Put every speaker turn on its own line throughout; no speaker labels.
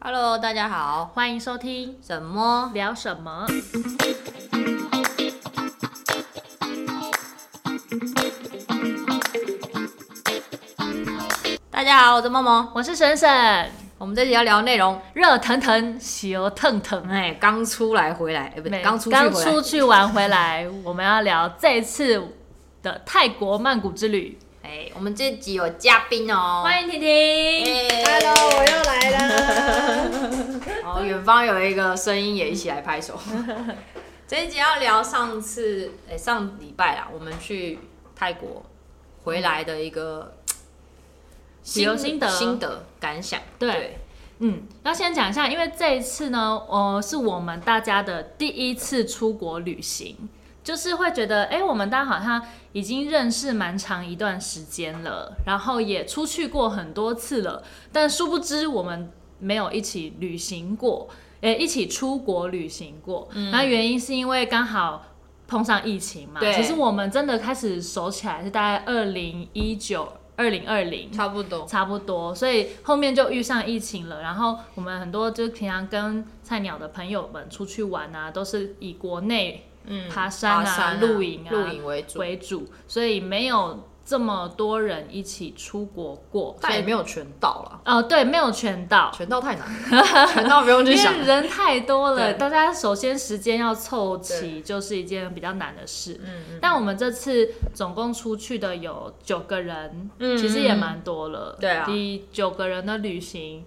Hello，大家好。
欢迎收听
什么？
聊什么？
大家好，我是默默。
我是沈沈，
我们这集要聊内容，
热腾腾、油腾腾哎，
刚出来回来，哎、不对，
每
刚出去
刚
回
出
来。
去玩回来，我们要聊这次的泰国曼谷之旅。
哎、我们这集有嘉宾哦。哎
欢迎婷婷，
耶
Hello，我又来 了。
好，远方有一个声音也一起来拍 手。这一集要聊上次，哎、上礼拜啦，我们去泰国回来的一个
旅游心得
心得感想。
对嗯，要先讲一下，因为这一次呢，呃，是我们大家的第一次出国旅行，就是会觉得，哎、我们大家好像已经认识蛮长一段时间了，然后也出去过很多次了，但殊不知我们没有一起旅行过，诶、一起出国旅行过。然后原因是因为刚好碰上疫情嘛，
对
其实我们真的开始熟起来是大概二零一九、二零二零，
差不多。
差不多，所以后面就遇上疫情了。然后我们很多就是平常跟菜鸟的朋友们出去玩啊，都是以国内
嗯
爬山啊露营啊
露营为主，
为主，所以没有这么多人一起出国过。
但也没
有，
有全到啦。
呃，对，没有全到，
全到太难了， 全到不用
因
去 想
为。人太多了，
对
大家首先时间要凑齐，就是一件比较难的事。
嗯嗯
但我们这次总共出去的有九个人，
嗯
其实也蛮多了。
对啊
第九个人的旅行，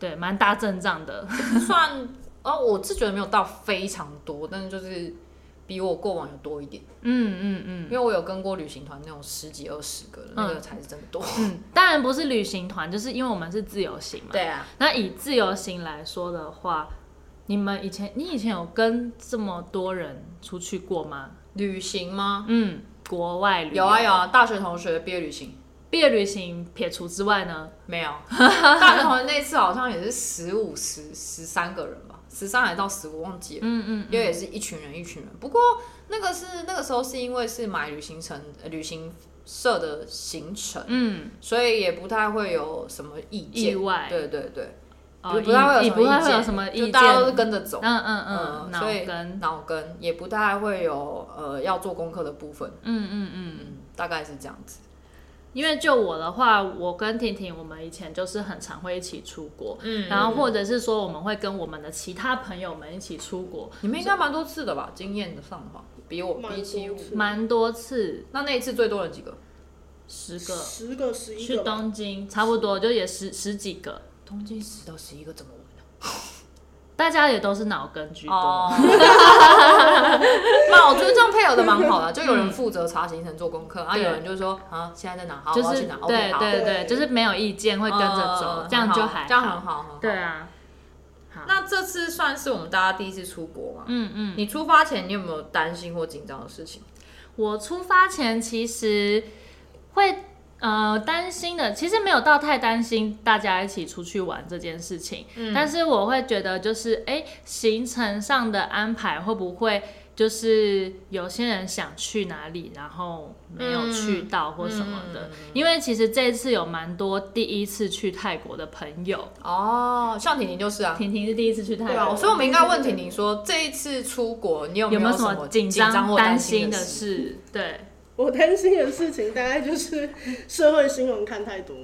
对，蛮大阵仗的。
嗯算哦，我是觉得没有到非常多，但是就是比我过往有多一点，
嗯嗯嗯
因为我有跟过旅行团那种十几二十个的，那个
嗯
才是真的 多。
嗯，当然不是旅行团，就是因为我们是自由行嘛。。
对啊，
那以自由行来说的话，你们以前你以前有跟这么多人出去过吗？
旅行吗？
嗯，国外旅游
有啊有。啊，大学同学毕业旅行
毕业旅行撇除之外呢，
没 有？大学同学那次好像也是十五十十三个人吧，十三还到十五忘记了。
嗯嗯，
因为也是一群人一群人，不过那个是那个时候是因为是买旅行程呃旅行社的行程，
嗯，
所以也不太会有什么意见。
意外
对对对，
哦
不不太
你
会
不太会有
有
什
什
么
么
意
就
见，
大家都是跟着走。
嗯嗯嗯，脑
所以
跟
脑跟也不太会有呃要做功课的部分，
嗯嗯嗯，
嗯，大概是这样子。
因为就我的话，我跟婷婷我们以前就是很常会一起出国，
嗯
然后或者是说我们会跟我们的其他朋友们一起出国，
你们应该蛮多次的吧？经验的上的话，比我
蛮
比起
多
我
次
蛮多次，
那那一次最多人几个？
十个
十个、十一
去
个吧，
东京差不多就也十十几个，
东京十到十一个怎么玩啊呢？
大家也都是脑根居多，
哦， 那我觉得这样配合的蛮 好的，啊就有人负责查行程做功课，啊，
对
有人就说啊，现在在哪？好，
就
我要
是
去哪
对
？OK，好，
对对，
对
就是没有意见会跟着走，
嗯
这样就
很好
还
这样很好，很好。
对啊，好，
那这次算是我们大家第一次出国嘛？
嗯嗯。
你出发前你有没有担心或紧张的事情？
我出发前其实会呃担心的，其实没有到太担心大家一起出去玩这件事情，
嗯
但是我会觉得就是哎、诶行程上的安排会不会就是有些人想去哪里，然后没有去到或什么
嗯
的，因为其实这一次有蛮多第一次去泰国的朋友，
哦，像婷婷就是啊，
婷婷是第一次去泰
对啊，
国。
所以我们应该问婷婷说，这一次出国你有
有
没
没有
有
什么
紧
紧
张
张、
或
担
心
心的
事？
事？对，
我担心的事情大概就是 社会新闻看太多，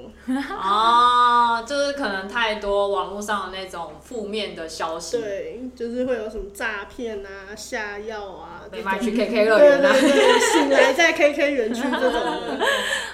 哦，就是可能太多网络上的那种负面的消息，
对，就是会有什么诈骗啊、下药啊，
没
这
卖
种
去 KK 乐
对
园啊
对。对，醒来在 KK 园区这种 的，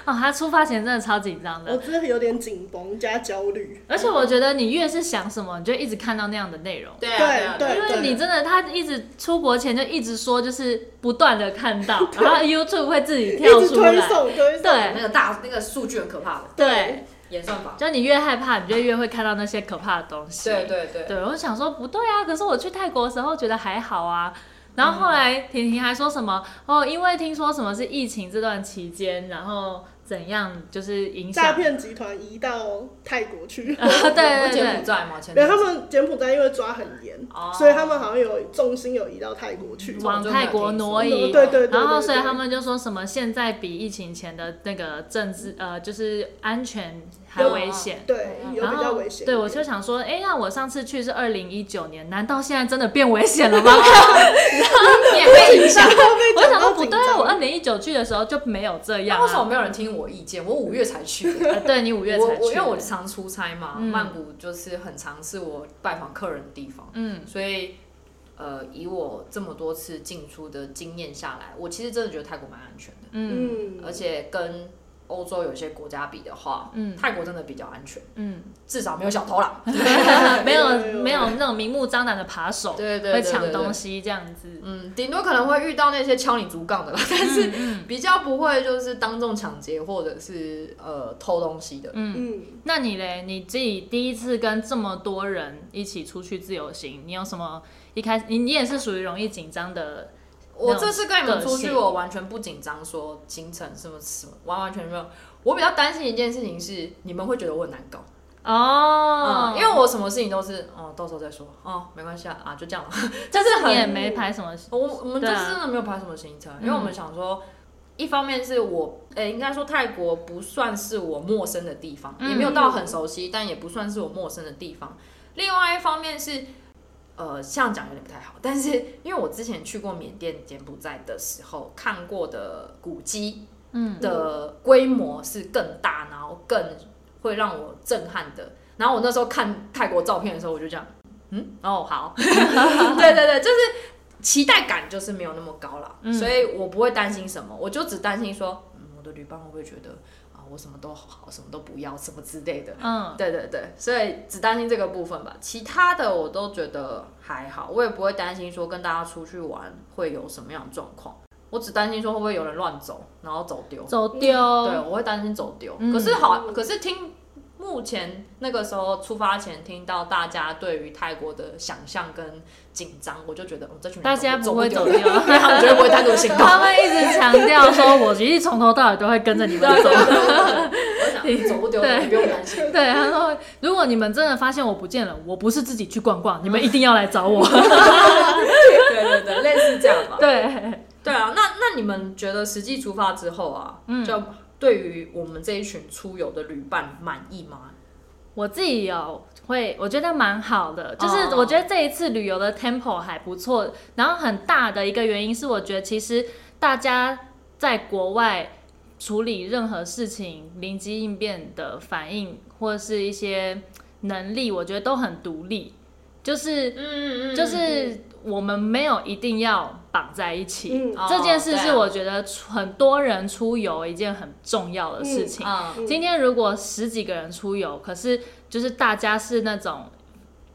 哦，他出发前真的超紧张的
我，真的有点紧绷加焦虑。
而且我觉得你越是想什么，你就一直看到那样的内容。
对啊，
对
啊
因
啊
为你真的，他一直出国前就一直说，就是不断的看 到，然后 YouTube 会自己
一
跳
直
出
推
来，
送推送，
对
那个大那个数据很可怕的
对，
演算法。
就你越害怕，你就越会看到那些可怕的东西。
对对对，
对，我就想说不对啊，可是我去泰国的时候觉得还好啊。然后
嗯
后来婷婷还说什么哦，因为听说什么是疫情这段期间，然后怎样就是影响
诈骗集团移到泰国去，
啊，对对
柬埔
对，
寨嘛，前
然后他们柬埔寨因为抓很严，
哦
所以他们好像有重心有移到泰国去。
往泰国挪移，
啊对对对对
然后，所以
对
他们就说什么现在比疫情前的那个政治呃，就是安全还危险。
对，有
然
比较
后
危险一点。
对我就想说，哎、那我上次去是二零一九年，难道现在真的变危险了 吗？
也被影响。
我
我
想说不对啊，我二零一九去的时候就没有这
那
样、啊。
为什么没有人听我意见？我五月才去的，
呃对你五月
我
才去，
我因为我常出差嘛，
嗯
曼谷就是很常是我拜访客人的地方，
嗯
所以呃，以我这么多次进出的经验下来，我其实真的觉得泰国蛮安全的，
嗯
嗯，
而且跟欧洲有些国家比的话，
嗯
泰国真的比较安全，
嗯，
至少没有小偷 啦。
没有没有那种明目张胆的扒手，
对对
会抢东
西。
西这样子。
嗯，顶多可能会遇到那些敲你竹杠的啦，但
嗯
是比较不会就是当众抢劫或者是呃偷东西的。
嗯，
那你嘞，你自己第一次跟这么多人一起出去自由行，你有什么一开始你你也是属于容易紧张的，
我这次跟你们出
个
去，
性
我完全不紧张，说行程什么什么，完完全没有。我比较担心一件事情是，你们会觉得我很难搞，
哦
嗯，，因为我什么事情都是，哦，到时候再说，哦，没关系啊，啊，就这样吧。
但
就是
是
很
你也没排什么，
我我们就
对啊嗯
是真的没有排什么行程，因为我们想说，一方面是我，诶、应该说泰国不算是我陌生的地方，
嗯
也没有到很熟悉，但也不算是我陌生的地方。另外一方面是，呃，这样讲有点不太好，但是因为我之前去过缅甸、柬埔寨的时候，看过的古迹
嗯
的规模是更大，然后更会让我震撼的。然后我那时候看泰国照片的时候，我就这样，嗯，哦，好， 对对对，就是期待感就是没有那么高了，
嗯
所以我不会担心什么，我就只担心说，嗯，我的旅伴会不会觉得啊，我什么都好，什么都不要，什么之类的。
嗯
对对对，所以只担心这个部分吧，其他的我都觉得还好，我也不会担心说跟大家出去玩会有什么样的状况，我只担心说会不会有人乱走，然后走丢。
走丢，
对，我会担心走丢。
哦嗯
可是好，可是听目前那个时候出发前听到大家对于泰国的想象跟紧张，我就觉得，哦，这群人
大家
走
不会
丢
走， 丢。
对他们绝对不会单独行 动。
他们一直强调说，我其实从头到尾都会跟着你们走。
我想走不丢，
对
你不用担心。
对，他说，如果你们真的发现我不见了，我不是自己去逛逛，你们一定要来找我。
对对对，类似这样吧。
对，
对啊，那那你们觉得实际出发之后啊，
嗯
就对于我们这一群出游的旅伴满意吗？
我自己有会，我觉得蛮好的，就是
哦
我觉得这一次旅游的 tempo 还不错。然后很大的一个原因是，我觉得其实大家在国外处理任何事情、灵机应变的反应或是一些能力，我觉得都很独立，就是
嗯
就是我们没有一定要绑在一起。
嗯
哦
这件事
对
是
啊
我觉得出很多人出游一件很重要的事情。
嗯
嗯
今天如果十几个人出游，可是就是大家是那种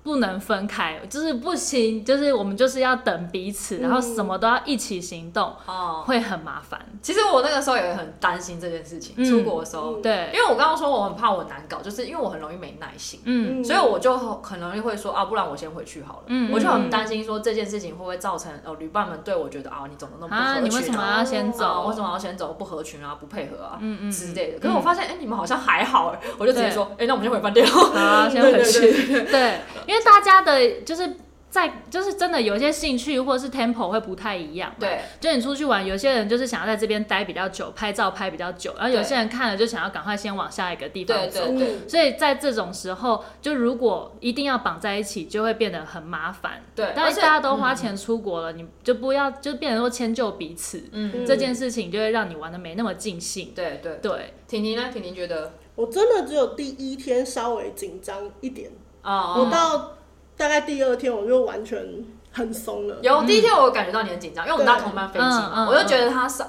不能分开，就是不行，就是我们就是要等彼此，
嗯
然后什么都要一起行动，
哦，
会很麻烦。
其实我那个时候也很担心这件事情，
嗯
出国的时候，
嗯
因
对，
为我刚刚说我很怕我难搞，就是因为我很容易没耐心，
嗯
所以我就很很容易会说啊，不然我先回去好了。
嗯
我就很担心说这件事情会不会造成呃旅伴们对我觉得啊，你怎么那么
啊，
不
你
合
为什
群
么要先
啊，为
走
什？么要先走？不合群啊，不配合啊。
嗯嗯，
之
嗯
类的，可是我发现，哎、你们好像还好、哎，我就直接
对
说，哎、那我们先回饭店咯。
好啊， 先
对
回
对
去。
对
对，因为大家的就是在就是真的有一些兴趣或是 tempo 会不太一样。，
对，
就你出去玩，有些人就是想要在这边待比较久，拍照拍比较久，然后有
对
些人看了就想要赶快先往下一个地方
对，
走。
对，对，
嗯
所以在这种时候，就如果一定要绑在一起，就会变得很麻烦。
对，
但
而
是
且
大家都花，钱出国了，你就不要就变成说迁就彼此，
嗯，嗯
嗯
这件事情就会让你玩的没那么尽兴。
对对。
对，
婷婷呢？婷婷觉得，
我真的只有第一天稍微紧张一点，
啊、
我到大概第二天我就完全很松了。
有第一天我有感觉到你很紧张，因为我们搭同班飞机嘛
嗯嗯，嗯
我就觉得他神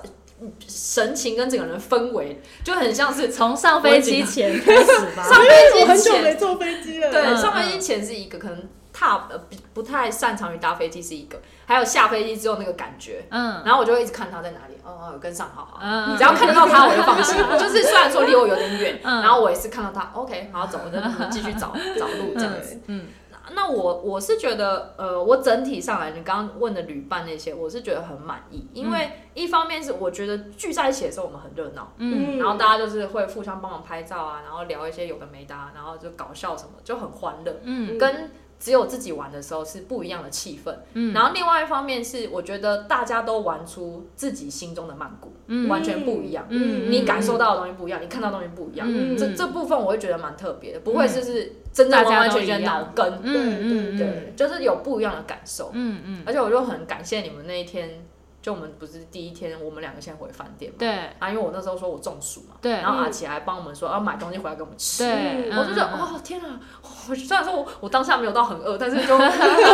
神情跟整个人氛围就很像是
从上飞机前开始吧。
上
因为
飞
我很
机
久没
前，
坐飞机了。
对，
嗯
上飞机前是一个可能踏呃不不太擅长于搭飞机是一个，还有下飞机之后那个感觉。
嗯
然后我就会一直看他在哪里，哦，哦跟上好好，
嗯
只要看得到他我就放心，就是虽然说离我有点远，
嗯
然后我也是看到他，OK，好走，我就嗯继续找 找路这样子。
嗯
那我我是觉得，呃，我整体上来，你刚刚问的旅伴那些，我是觉得很满意，因为一方面是我觉得聚在一起的时候我们很热闹，
嗯
然后大家就是会互相帮忙拍照啊，然后聊一些有的没的啊，然后就搞笑什么，就很欢乐，
嗯
跟只有自己玩的时候是不一样的气氛。
嗯
然后另外一方面是，我觉得大家都玩出自己心中的曼谷，
嗯
完全不一样。
嗯
你感受到的东西不一样，你看到的东西不一样。
嗯
这这部分我会觉得蛮特别的，不会就是真的完完全全脑
嗯
根，
嗯嗯
对，就是有不一样的感受。
嗯嗯，
而且我就很感谢你们那一天，就我们不是第一天，我们两个先回饭店嘛，
对
啊，因为我那时候说我中暑嘛，
对
然后阿奇还帮我们说啊要买东西回来给我们吃。
对，
我就觉得，
嗯，
哦天啊！ 我虽然说我我当下没有到很饿，但是就 东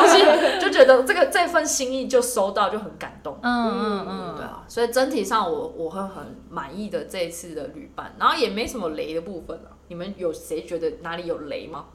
西就觉得这个这份心意就收到，就很感动。
嗯嗯
对
嗯，
啊，所以整体上我我会很满意的这一次的旅伴，然后也没什么雷的部分啊。你们有谁觉得哪里有雷吗？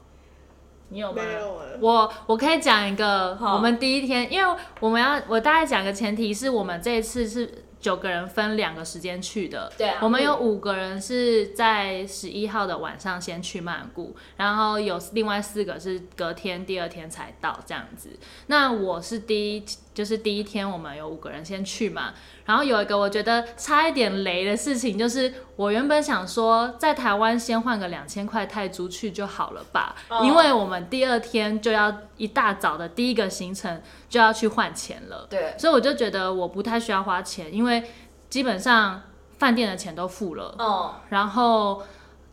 你有吗？
没有啊，
我我可以讲一个，
好
我们第一天，因为我们要我大概讲个前提是我们这一次是九个人分两个时间去的，
对啊
我们有五个人是在十一号的晚上先去曼谷，然后有另外四个是隔天第二天才到这样子。那我是第一，就是第一天我们有五个人先去嘛，然后有一个我觉得差一点雷的事情，就是我原本想说在台湾先换个两千块泰铢去就好了吧，
哦
因为我们第二天就要一大早的第一个行程就要去换钱了。
对，
所以我就觉得我不太需要花钱，因为基本上饭店的钱都付了，
哦，
然后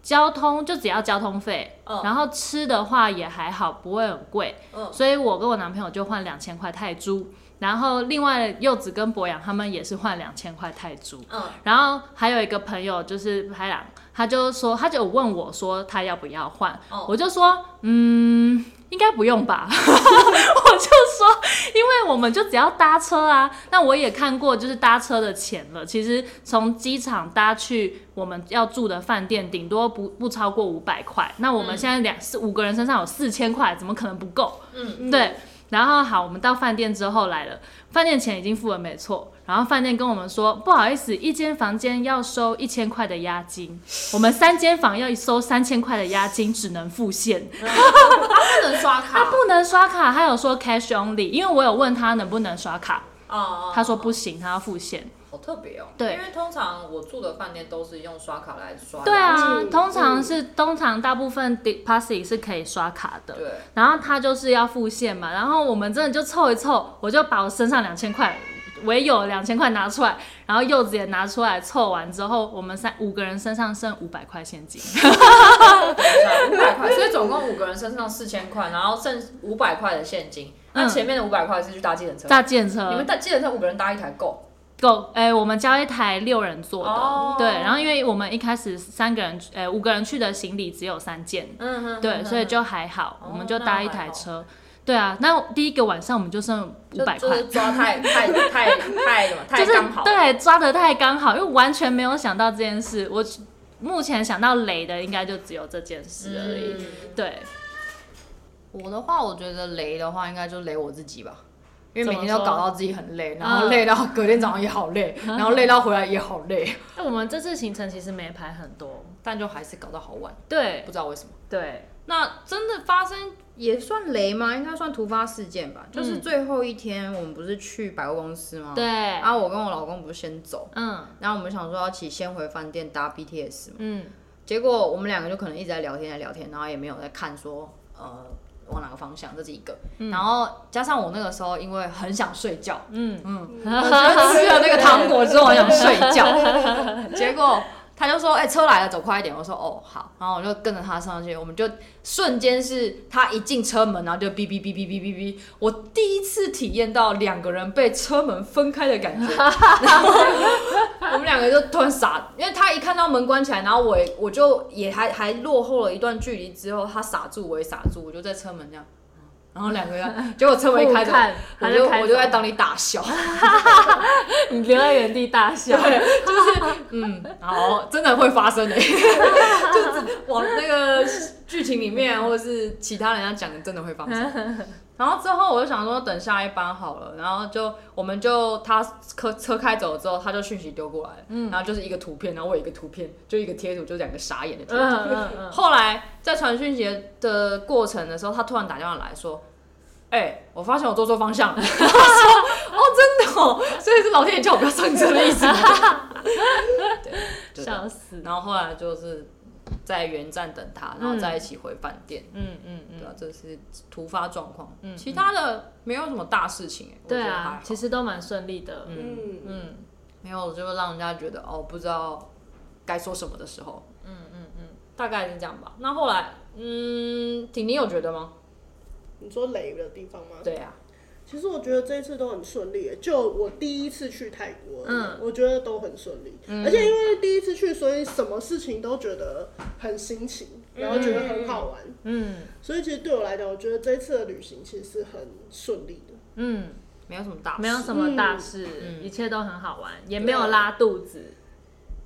交通就只要交通费，
嗯
然后吃的话也还好，不会很贵，
嗯
所以我跟我男朋友就换两千块泰铢，然后另外柚子跟博洋他们也是换两千块泰铢，
嗯，
然后还有一个朋友就是拍朗，他就说他就有问我说他要不要换，
哦
我就说嗯。应该不用吧，我就说，因为我们就只要搭车啊。那我也看过，就是搭车的钱了。其实从机场搭去我们要住的饭店，顶多不不超过五百块。那我们现在两四五个人身上有四千块，怎么可能不够？
嗯
对。然后好，我们到饭店之后来了，饭店钱已经付了没错。然后饭店跟我们说，不好意思，一间房间要收一千块的押金，我们三间房要收三千块的押金，只能付现，
啊不能刷卡，
他不能刷卡。他有说 cash only，因为我有问他能不能刷卡，
哦，哦
他说不行，他要付现。
好特别哦。
对
因为通常我住的饭店都是用刷卡来刷的。
对啊，
嗯
通常是通常大部分 d e p o s i t 是可以刷卡的，
对，
然后他就是要付现嘛，然后我们真的就凑一凑，我就把我身上两千块，唯有两千块拿出来，然后柚子也拿出来，凑完之后，我们三五个人身上剩五百块现金，
五百块，所以总共五个人身上四千块，然后剩五百块的现金。那
嗯
前面的五百块是去搭计程车，
搭建
你们
车
搭计程车五个人搭一台够。
够，哎、我们交一台六人座的，
哦
对，然后因为我们一开始三个人，呃，五个人去的行李只有三件，
嗯哼
对，所以就还好，
哦
我们就搭一
那还
台
好
车。对啊，那第一个晚上我们就剩五百
就
块
就，是抓 太太太太什么太
就是
刚好。
对抓的太刚好，因为完全没有想到这件事。我目前想到雷的应该就只有这件事而已。
嗯
对，
我的话，我觉得雷的话，应该就雷我自己吧，因为
怎
每
么
天都
说
搞到自己很累，然
嗯
后累到隔天早上也好累，然后累到回来也好累，
那我们这次行程其实没排很多。
但就还是搞到好晚，
对
不知道为什么。
对，
那真的发生也算雷吗？应该算突发事件吧。就是
嗯
最后一天，我们不是去百货公司吗？
对
然后我跟我老公不是先走，
嗯
然后我们想说要起先回饭店搭 BTS 嘛，
嗯
结果我们两个就可能一直在聊天，在聊天，然后也没有在看说呃往哪个方向，这是一个。然后加上我那个时候因为很想睡觉，
嗯，
我 觉得吃了那个糖果之后，我想睡 觉，结果。他就说：“哎、车来了，走快一点。”我说：“哦，好。”然后我就跟着他上去，我们就瞬间是他一进车门，然后就哔哔哔哔哔哔哔。我第一次体验到两个人被车门分开的 感觉，然后我们两个就突然傻，因为他一看到门关起来，然后我也我就也还还落后了一段距离之后，他傻住，我也傻住，我就在车门这样，然后两个人，结果车门一开
互
着，
看
我
他
就
就开
我就在
走
当里大笑。
你留在原地大笑。
嗯，好，真的会发生诶、欸， 就是往那个剧情里面，或者是其他人家讲，的，真的会发生。然后之后我就想说，等下一班好了，然后就我们就他车车开走之后，他就讯息丢过来，嗯，然后就是一个图片，然后我有一个图片，就一个贴图，就两个傻眼的贴图。
嗯嗯 嗯，
后来在传讯息的过程的时候，他突然打电话来说：“哎、我发现我做错方向了。” 我说：“哦，真的哦，所以是老天爷叫 我不要上车的意思吗？”对，就这样
笑死。
然后后来就是在原站等他，然后再一起回饭店。
嗯嗯
对啊
嗯，，
这是突发状况，
嗯
其他的没有什么大事情、欸，我觉
对
得还
啊
好，
其实都蛮顺利的。
嗯
嗯，
没有就让人家觉得哦，不知道该说什么的时候，嗯嗯嗯，大概是这样吧。那后来，嗯，婷婷有觉得吗？
你说雷的地方吗？
对啊，
其实我觉得这一次都很顺利耶，就我第一次去泰国，嗯，我觉得都很顺利，
嗯
而且因为第一次去，所以什么事情都觉得很新奇，
嗯
然后觉得很好玩，
嗯
所以其实对我来讲，我觉得这一次的旅行其实是很顺利的。
嗯，
没有什么大事，
没有什么大事，
啊嗯啊
一切都很好玩，也没有拉肚子。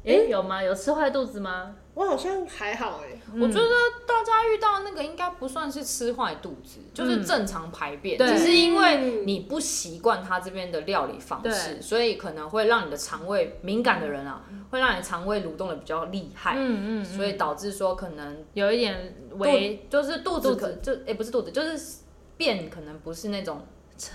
诶，有吗？有吃坏肚子吗？
我好像还好哎、
嗯
我觉得大家遇到那个应该不算是吃坏肚子，就是正常排便，
嗯对
只是因为你不习惯它这边的料理方式，
对嗯
所以可能会让你的肠胃敏感的人啊，会让你肠胃蠕动的比较厉害，
嗯嗯，
所以导致说可能
有一点
肚
微
就是肚子
肚子
可就也、不是肚子，就是便可能不是那种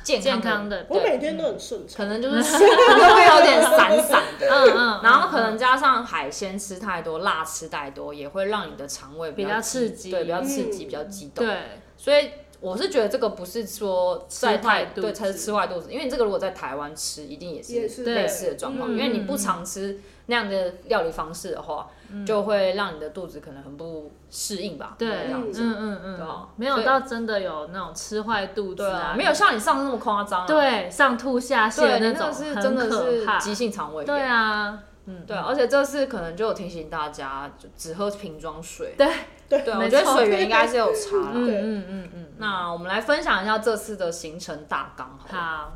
健
健
康
康
的，
的，
我
对
每天都很顺
可
畅，
能就是 会有点散散的。
嗯嗯，
然后可
嗯
能加上海鲜吃太多、辣吃太多，也会让你的肠胃
比较刺激
对，比较刺
嗯
激，比较激动。
对，
所以我是觉得这个不是说在
吃坏
泰
肚子
对才是吃坏肚子，因为你这个如果在台湾吃，一定也
也
是
是
类似的状况，
对
因为你不常吃那样的料理方式的话，就会让你的肚子可能很不适应吧。
对，
这样
嗯
子。
嗯
对啊
嗯，没有
所以
到真的有那种吃坏肚子
对啊，没
有
有像你上次那么夸张、啊。
对上吐下泻
对，
的
你
种，
个是
很
真的
可怕
是急性肠胃炎。
对啊，嗯，
对，而且这次可能就有提醒大家，就只喝瓶装水。
对
对
对，我
没
觉得
错
水源应 该是有差啦。
嗯
对
嗯嗯嗯，
那我们来分享一下这次的行程大纲好了，
好，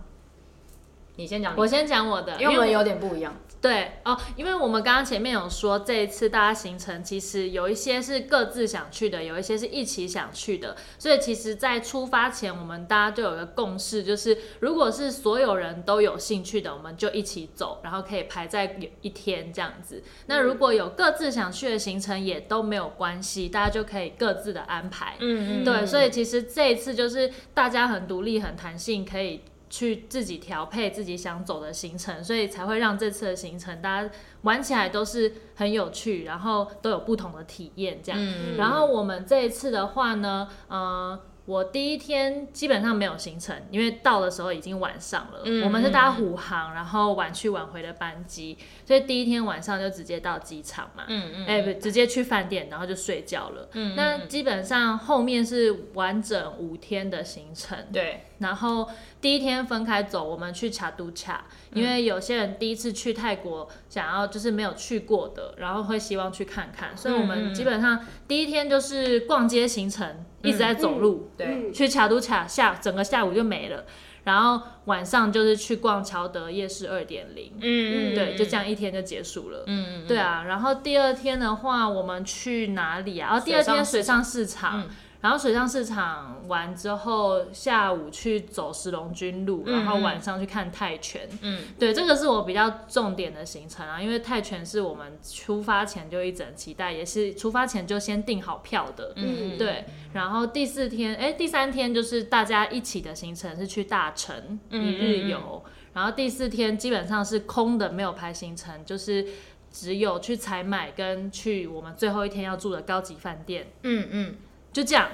你先讲你，
我先讲我的，
因为我们有点不一样。
对哦，因为我们刚刚前面有说，这一次大家行程其实有一些是各自想去的，有一些是一起想去的，所以其实，在出发前，我们大家就有一个共识，就是如果是所有人都有兴趣的，我们就一起走，然后可以排在一天这样子。那如果有各自想去的行程，也都没有关系，大家就可以各自的安排。
嗯
对，所以其实这一次就是大家很独立、很弹性，可以去自己调配自己想走的行程，所以才会让这次的行程大家玩起来都是很有趣，然后都有不同的体验这样。
嗯
然后我们这一次的话呢，呃，我第一天基本上没有行程，因为到的时候已经晚上了。
嗯
我们是搭虎航，然后晚去晚回的班机，所以第一天晚上就直接到机场嘛。
嗯嗯，
哎、不直接去饭店，然后就睡觉了。
嗯
那基本上后面是完整五天的行程，
对，
然后第一天分开走，我们去查都恰，
嗯
因为有些人第一次去泰国，想要就是没有去过的，然后会希望去看看，所以我
嗯嗯
们基本上第一天就是逛街行程，一直在走路，
对
嗯
去卡都卡下整个下午就没了，然后晚上就是去逛乔德夜市二点零，
嗯
对，就这，样一天就结束了。
嗯
对啊，然后第二天的话，我们去哪里啊？然后第二天水上市场，
嗯
然后水上市场完之后，下午去走石龙军路，然后
嗯嗯
晚上去看泰拳。
嗯
对，这个是我比较重点的行程啊，因为泰拳是我们出发前就一整期待，也是出发前就先订好票的。
嗯，
对，然后第四天，哎，第三天就是大家一起的行程是去大城一
嗯
日游，然后第四天基本上是空的，没有排行程，就是只有去采买跟去我们最后一天要住的高级饭店，
嗯嗯
就这样。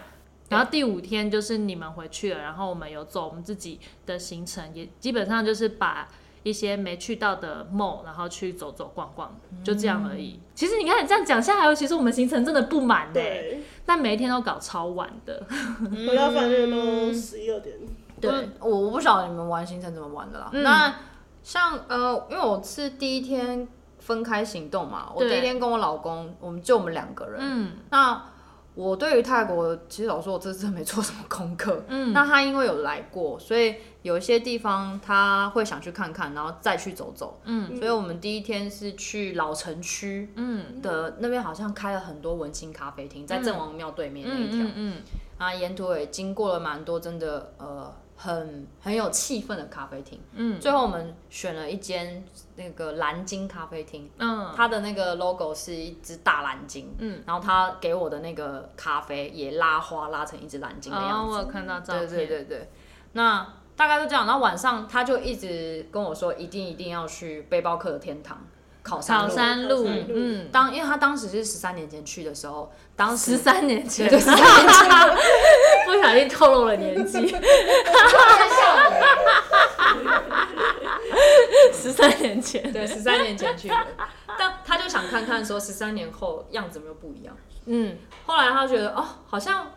然后第五天就是你们回去了，然后我们有走我们自己的行程，也基本上就是把一些没去到的 mall，然后去走走逛逛，就这样而
嗯
已。其实你看你这样讲下来，其实我们行程真的不满呢、
对，
但每一天都搞超晚的。
回到饭店都十一二点，
对，
嗯我我不晓得你们玩行程怎么玩的啦。
嗯
那像呃，因为我是第一天分开行动嘛，我
对
第一天跟我老公，我们就我们两个人，
嗯
那我对于泰国，其实老实说，我这次没做什么功课。
嗯
那他因为有来过，所以有一些地方他会想去看看，然后再去走走。
嗯
所以我们第一天是去老城区
嗯，
的那边，好像开了很多文青咖啡厅，在郑王庙对面那一条。
嗯嗯
啊，沿途也经过了蛮多真的呃很很有气氛的咖啡厅。
嗯
最后我们选了一间那个蓝鲸咖啡厅，
嗯
它的那个 logo 是一只大蓝鲸，
嗯，
然后它给我的那个咖啡也拉花拉成一只蓝鲸的
哦
样，
我
子，
有看到照
对
片，
对对对，那大概就这样。然后晚上他就一直跟我说，一定一定要去背包客的天堂，考山
草
路。
山路，嗯，
当因为他当时是十三年前去的时候，当时
十三年前
对，对13年前
不小心透露了年纪， 十三年前，
对，十三年前去的， 但他就想看看说十三年后样子有没有不一样。
嗯，
后来他觉得哦，好像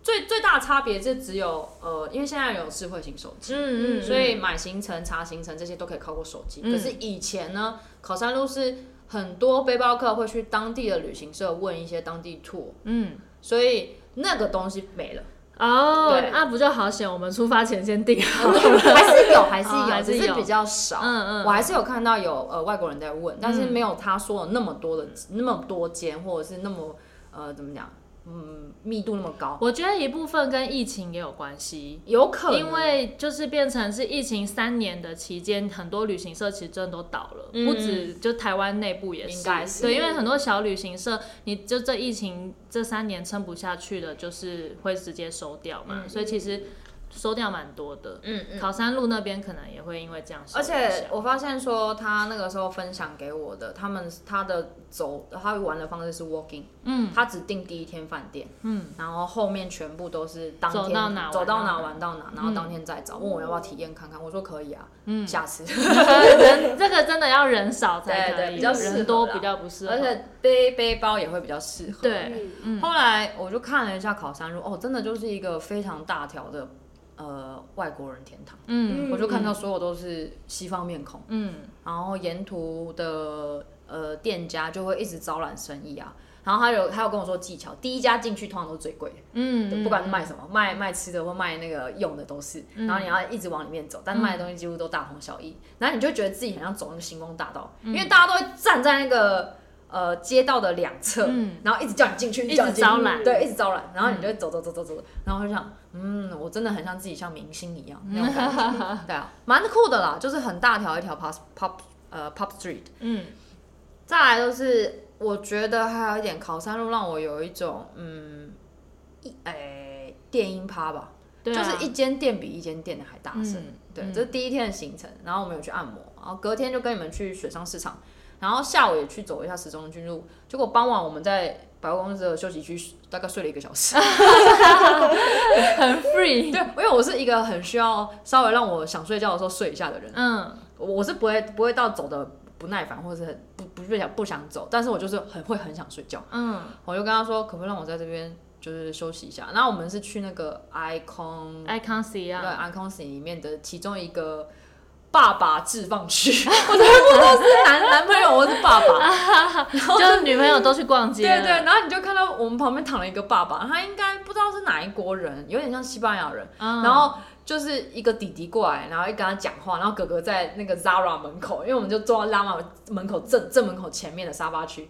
最最大的差别就只有呃，因为现在有智慧型手机，
嗯嗯，
所以买行程、查行程这些都可以靠过手机。
嗯
可是以前呢，考山路是很多背包客会去当地的旅行社问一些当地 tour，
嗯，
所以那个东西没了，
哦
对，
那不就好险？我们出发前先定好，
还是有，还是
哦还
有，
是
只是
有
比较少。
嗯
我还是有看到有呃外国人在问，但是没有他说的那么多的、那么多间，或者是那么呃怎么讲，嗯，密度那么高，
我觉得一部分跟疫情也有关系。
有可能
因为就是变成是疫情三年的期间，很多旅行社其实真的都倒了，
嗯
不止就台湾内部也是，
应该是
对，因为很多小旅行社，你就这疫情这三年撑不下去的，就是会直接收掉嘛，
嗯
所以其实收掉蛮多的。
嗯嗯。
考山路那边可能也会因为这样收
而
一下，
且我发现说，他那个时候分享给我的，他们他的走他玩的方式是 walking，
嗯
他只订第一天饭店，
嗯，
然后后面全部都是当天
走到哪
走到
玩到哪
哪
嗯
玩到哪，然后当天再找，问我要不要体验看看，我说可以啊，嗯，下次，
人这个真的要人少才
对对
可以，
比较适合
人多
啦
比较不适合，
而且背背包也会比较适合，
对
嗯
后来我就看了一下考山路，哦，真的就是一个非常大条的呃外国人天堂。
嗯
我就看到所有都是西方面孔，
嗯
然后沿途的呃店家就会一直招揽生意啊。然后还有还有跟我说技巧，第一家进去通常都是最贵的，
嗯，
不管是卖什么，卖卖吃的或卖那个用的都是。然后你要一直往里面走，
嗯
但是卖的东西几乎都大同小异。然后你就觉得自己很像走那个星光大道，
嗯
因为大家都会站在那个呃街道的两侧，
嗯
然后一直叫你进去，
一
叫
直
你进去
招揽，
对，一直招揽，然后你就会走走走走走，然后我就想，嗯，我真的很像自己像明星一样那种感
嗯
觉，对啊，蛮酷的啦，就是很大条一条 pop pop 呃 pop street。
嗯
再来就是我觉得还有一点考山路让我有一种嗯一诶电音趴吧，
对啊，
就是一间店比一间店的还大声。
嗯
对，
嗯
这是第一天的行程，然后我们有去按摩，然后隔天就跟你们去水上市场，然后下午也去走一下时钟军路。结果傍晚我们在百货公司的休息区大概睡了一个小 时。
很 free，
对，因为我是一个很需要稍微让我想睡觉的时候睡一下的人，
嗯
我是不会不会到走的不耐烦或者是很不不不想不想走，但是我就是很会很想睡觉。
嗯
我就跟他说，可不可以让我在这边就是休息一下？然后我们是去那个 Icon
，I can't see
对
啊，
安康市里面的其中一个爸爸置放区， 我全部都是男 男朋友，我是爸爸。
就是女朋友都去逛街
对
了，
对，然后你就看到我们旁边躺了一个爸爸，他应该不知道是哪一国人，有点像西班牙人。
嗯，
然后就是一个弟弟过来，然后一跟他讲话，然后哥哥在那个 Zara 门口，因为我们就坐到 Zara 门口正正门口前面的沙发区，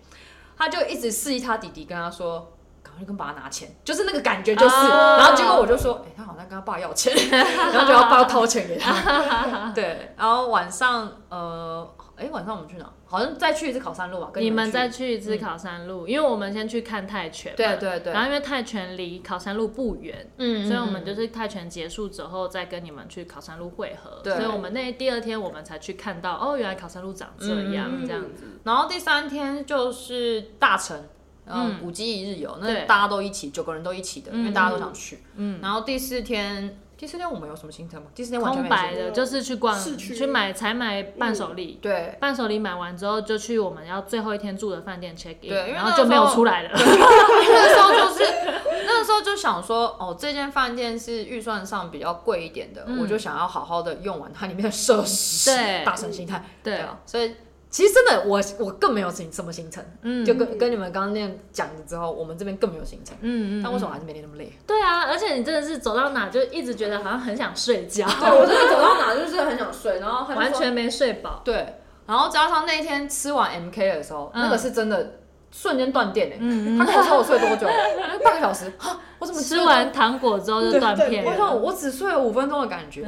他就一直示意他弟弟跟他说。赶快去跟爸拿钱，就是那个感觉，就是。
啊
然后结果我就说，哎、他好像跟他爸要钱， 然后就他爸要掏钱给他。 对，然后晚上，呃，哎、晚上我们去哪？好像再去一次考山路吧，跟
你
们
们
去
再。去一次考山路，因为我们先去看泰拳嘛，
对对对
然后因为泰拳离考山路不远。
嗯
所以我们就是是泰拳结束之后，再跟你们去考山路汇合。
对
所以我们那第二天我们才去看到，哦，原来考山路长这样、
嗯
这样子。
然后第三天就是大城，嗯，
嗯
古迹一日游，
对
那大家都一起，九个人都一起的，因为大家都想去。
嗯，
然后第四天，第四天我们有什么行程吗？第四天完全
空
没行
白
程。
的就是去逛，
市区
去买才买
嗯
伴手礼，
对，
伴手礼买完之后就去我们要最后一天住的饭店 check
对因为
in，然
那
后
个
就没有
时候
出来了。
那个时候就是 那个时候就想说，哦，这间饭店是预算上比较贵一点的，
嗯
我就想要好好的用完它里面的设施，
对
大神心态，
对，
啊，所以。其实真的，我我更没有行什么行程，
嗯
就跟跟你们刚刚那样讲了之后，我们这边更没有行程。
嗯嗯，
但为什么我还是每天那么累？
对啊，而且你真的是走到哪就一直觉得好像很想睡觉，
对，我真的走到哪就是很想睡，然后他就说
完全没睡饱。
对，然后加上那一天吃完 MK 的时候，
嗯
那个是真的瞬间断电哎、他跟我说我睡多久，半个小时，哈我怎么
吃？完糖果之后就断片
我
了，
想我只睡了五分钟的感 觉，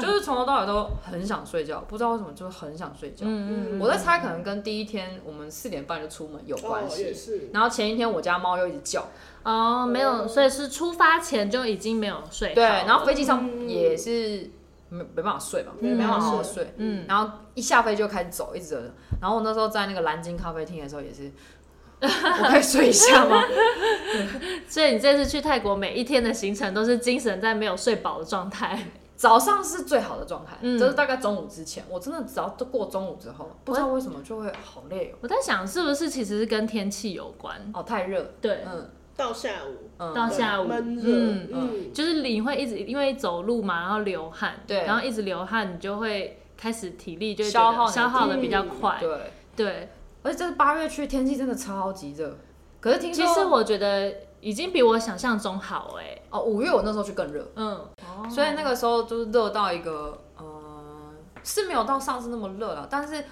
就是从头到尾都很想睡觉，不知道为什么就是很想睡觉。
嗯嗯嗯，
我在猜可能跟第一天我们四点半就出门有关
哦，也
系，
是。
然后前一天我家猫又一直叫，
哦，没有，所以是出发前就已经没有睡好
对，
了
然后飞机上
嗯
也是没没办法睡嘛，
没
哦
没办法
办法
好好
睡
睡，
嗯
然后一下飞就开始走，一直走，
然后我那时候在那个蓝鲸咖啡厅的时候也是，我可以睡一下吗？
所以你这次去泰国，每一天的行程都是精神在没有睡饱的状态。
早上是最好的状态，
嗯
就是大概中午之前，我真的只要过中午之后，不知道为什么就会好累哦，
我在想，是不是其实是跟天气有关？
哦太热，
对，
嗯
到下午，
嗯，
到下午
闷热，
嗯
嗯，
就是你会一直因为走路嘛，然后流汗，
对
然后一直流汗，你就会开始体力就会
消
觉得
耗你的
消耗的
体力
比较快。
对，
对，
而且这八月去天气真的超级热，可是听
其
说
实我觉得已经比我想象中好哎、
哦五月我那时候去更热，
嗯，
所以那个时候就是热到一个，嗯，是没有到上次那么热了，但是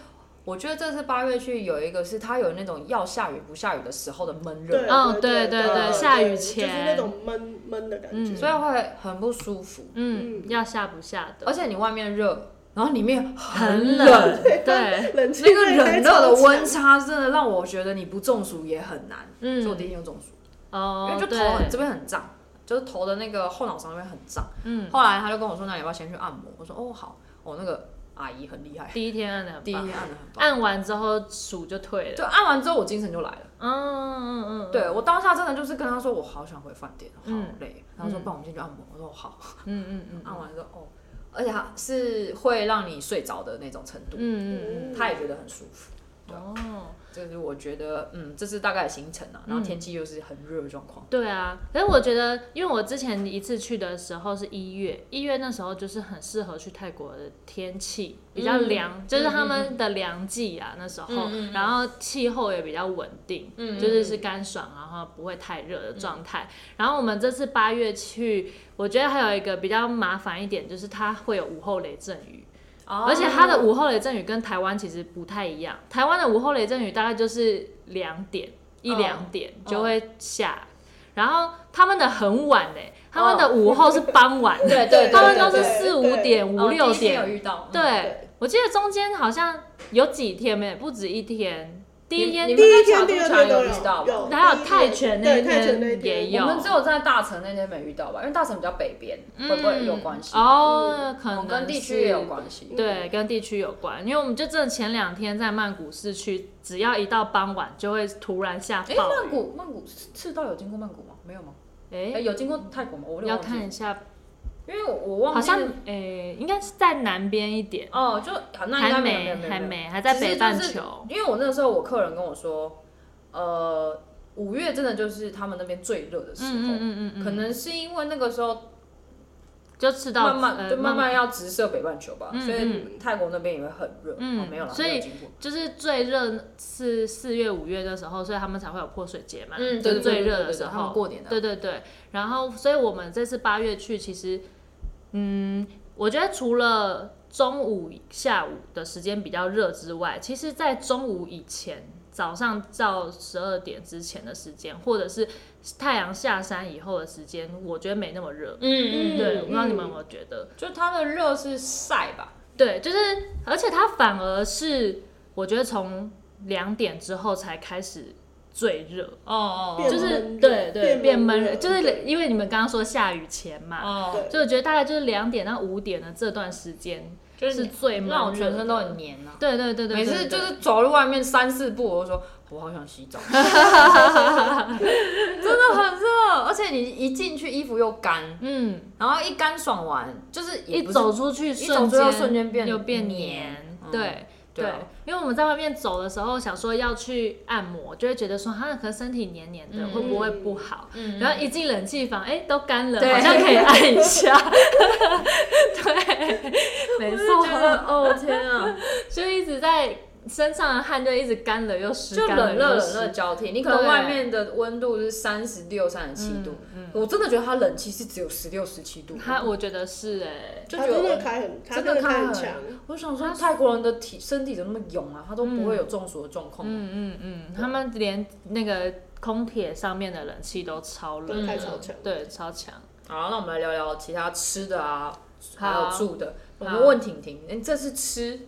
我觉得这次八月去有一个是它有那种要下雨不下雨的时候的闷热，
哦
对
对对
对
下雨
就是
前
那种闷闷的感觉，
嗯
所以会很不舒服，
嗯，
嗯
要下不下的，
而且你外面热，然后里面
很
很冷
冷，，对，
冷气
那个
开
冷热的
超
温
强，
差真的让我觉得你不中暑也很难，所以我
嗯，
第一天就中暑，因
哦
为，就头很这边很胀。就是头的那个后脑勺那边很胀，
嗯，
后来他就跟我说，那你要不要先去按摩？我说哦好，哦那个阿姨很厉害，
第一天按的很
第一
棒
天按的很棒，
按完之后数就退了，
就按完之后我精神就来了。
嗯嗯嗯，嗯
对，我当下真的就是跟他说，我好想回饭店，好
嗯
累。然后说，
嗯
不然我们先去按摩。我说好，
嗯嗯嗯
按完之后哦，而且他是会让你睡着的那种程度，
嗯嗯
他也觉得很舒服。
嗯，哦。
这是我觉得，嗯，这是大概的行程
嗯
啊。然后天气又是很热的状况，
对啊，可是我觉得，因为我之前一次去的时候是一月，一月那时候就是很适合去泰国的天气比较凉，就是他们的凉季啊，那时候，然后气候也比较稳定，就是是干爽，然后不会太热的状态。然后我们这次八月去，我觉得还有一个比较麻烦一点，就是它会有午后雷阵雨。而且它的午后雷阵雨跟台湾其实不太一样，台湾的午后雷阵雨大概就是两点一
嗯
两点就
嗯
会下，然后他们的很晚嘞、他们的午后是傍晚，
对哦对对
他们都是
对
四
对
五
对
点
哦
五
第一
六
天有
点，
遇到，嗯
对我记得中间好像有几天没，不止一天，欸第一
你
天
你
第一天、第
们在
二
小
天
杜有
都
遇到
有，
吧
还有
第一
泰拳那
对
一
泰拳那一
天也
天
有，
我们只有在大城那天没遇到吧，因为大城比较北边，会不会有关系？
嗯哦，可
哦，
能
跟地区
是
也有关系。
对，跟地区有关，因为我们就真的前两天在曼谷市区，只要一到傍晚就会突然下
哎，
暴
曼
雨。
谷，曼谷赤道有经过曼谷吗？没有吗？
哎、
哎，有经过泰国吗？我有点
要
忘记了
看一下，
因为我我忘
好
记
像
了
哎、应该是在南边一点，
哦，就好那应
还
该没有没有
没
没有
还
有
没还在
其实
北
就
半
是
球。
因为我那时候我客人跟我说，呃，五月真的就是他们那边最热的时候，
嗯嗯嗯嗯嗯，
可能是因为那个时候
就吃到
慢慢、
呃
就慢慢要直射北半球吧，
嗯
所以泰国那边也会很热。
嗯
哦、没有了，
所以
没有经过
就是最热是四月五月的时候，所以他们才会有泼水节嘛，
嗯，
就
对对
是
对
最热
对
的
对
时
他们
候。
过年的，嗯
对对对，然后所以我们这次八月去，其实，嗯，我觉得除了中午下午的时间比较热之外，其实在中午以前，早上到十二点之前的时间，或者是太阳下山以后的时间，我觉得没那么热。
嗯
嗯
对，我不知道你们有没有觉得？
就它的热是晒吧，
对，就是，而且它反而是我觉得从两点之后才开始最热。
哦
变
就是
闷
对
热
对变闷热，
热
就是
对
因为你们刚刚说下雨前嘛，
哦，
对
所以我觉得大概就是两点到五点的这段时间
就是是
最哎闷热的，
让我全身都很黏啊。
对对对对，
每
对
次就
对
是走路外面三四步，我就说我好想 洗澡，真的很热，而且你一进去衣服又干，
嗯，
然后一干爽完就是也
一
不是
走出去
一走出
瞬
去
间
瞬间变
又变黏
黏，
对。
对
对
啊，
因为我们在外面走的时候，想说要去按摩，就会觉得说，哈，可能身体黏黏的，
嗯
会不会不好？
嗯
然后一进冷气房，哎，都干了，
对
好像可以按 一下。对，没
就觉得
错，
哦天啊，
就一直在身上的汗就一直干了又湿，
就
干了
冷热
又
冷
湿
热交替，你可能
对
外面的温度是三十六、三十七度，
嗯
我真的觉得它冷气是只有十六、十七度，
他我觉得是哎、
就
他
觉
真的
得。
开很，他
真
真
的
的
开
开很
很
强，
嗯
我想说，泰国人的体身体怎么那么勇啊？他都不会有中暑的状况。
嗯嗯嗯，他们连那个空铁上面的冷气都超冷
对
的，
开超强
对，超强。
好，那我们来聊聊其他吃的啊，还有住的。我
好
们问婷婷，你这次吃，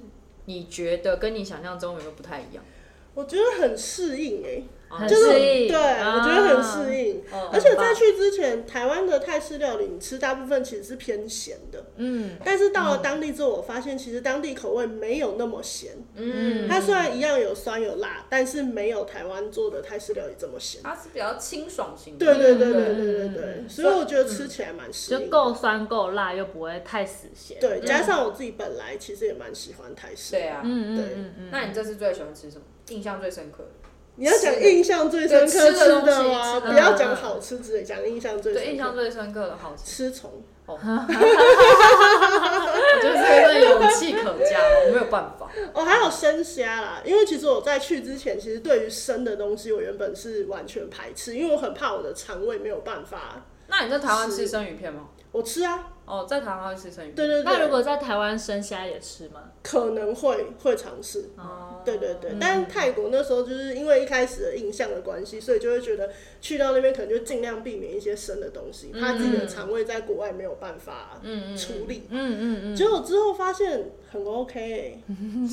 你觉得跟你想象中有没有不太一样？哦
我觉得很适应哎、
很
就是
适
对，
应，啊
我觉得很适
应。
应。
嗯
而且在去之前，台湾的泰式料理你吃大部分其实是偏咸的，
嗯，
但是到了当地之后，我发现其实当地口味没有那么咸，
嗯，
它虽然一样有酸有辣，但是没有台湾做的泰式料理这么咸。
它是比较清爽型的，
对对对
嗯
对对对对，所以我觉得吃起来蛮适
就
应的。
够酸够辣，又不会太死咸。
对，加上我自己本来其实也蛮喜欢泰式。
嗯对，啊。
嗯嗯
对
嗯嗯。
那你这次最喜欢吃什么？印象最深刻的？
你要讲印象最深刻
吃的
吃
东西
的吗？
吃的嗯
不要讲好吃，只讲印象最深刻。
对，印象最深刻的好 吃，
吃虫，
我觉得这个真的勇气可嘉，我没有办法。
哦，还有生虾啦，因为其实我在去之前，其实对于生的东西我原本是完全排斥，因为我很怕我的肠胃没有办法。
那你在台湾吃生鱼片吗？
我吃啊，
哦，在台湾会吃生鱼片。
对对对，
那如果在台湾生虾也吃吗？
可能会会尝试，
哦，
对对
嗯
对。但泰国那时候就是因为一开始的印象的关系，所以就会觉得去到那边可能就尽量避免一些生的东
嗯
西，怕自己的肠胃在国外没有办法处理。
嗯嗯
结果之后发现很 OK，、欸
是不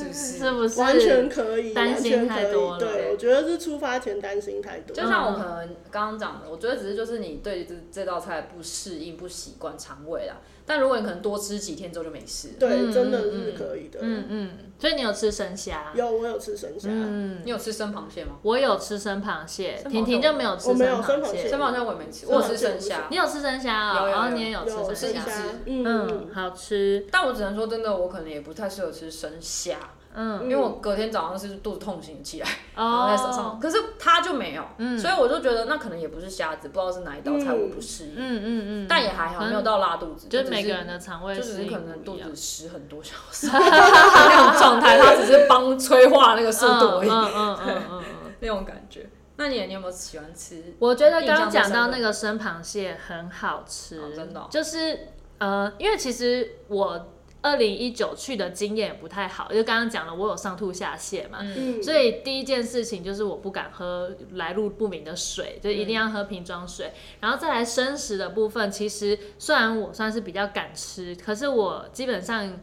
嗯，
是？
是不是？
完全可以，
担
完
心
全
太
可
多了
以。对，我觉得是出发前担心太多。
就像我可能刚刚讲的，我觉得只是就是你对这这道菜不适应、不习惯肠胃啦。但如果你可能多吃几天之后就没事了。
对，真的是可以的。
嗯嗯，所以你有吃生虾？
有我有吃生虾，
嗯，
你有吃生螃蟹吗？
我有吃生螃蟹，
生螃蟹
婷婷就没有吃
我没有生
螃
螃蟹
生螃蟹我也没吃，我有吃生虾
你。有吃生虾哦，
有有
然后
有
你也有
有
吃生
生
吃
虾，
虾
虾，
嗯，
嗯，
好吃，
但我只能说，真的，我可能也不太适合吃生虾，
嗯，
因为我隔天早上是肚子痛醒起来，然后在手上，
哦，
可是它就没有，
嗯
所以我就觉得那可能也不是虾子，不知道是哪一道菜我不适应，
嗯嗯嗯，
但也还好，没有到拉肚子，
就
只
是每个人的肠胃
就只
适
是
应
可
不
能
一
肚
样嗯
子湿很多小时的那种状态，它只是帮催化那个速度而
嗯
已，
嗯嗯嗯嗯嗯。
那种感觉。那你你有没有喜欢吃？
我觉得刚刚讲到那个生螃蟹很好吃，
哦真的哦
就是呃，因为其实我二零一九去的经验也不太好，就刚刚讲了，我有上吐下泻嘛。
嗯
嗯，
所以第一件事情就是我不敢喝来路不明的水，就一定要喝瓶装水。然后再来生食的部分，其实虽然我算是比较敢吃，可是我基本上，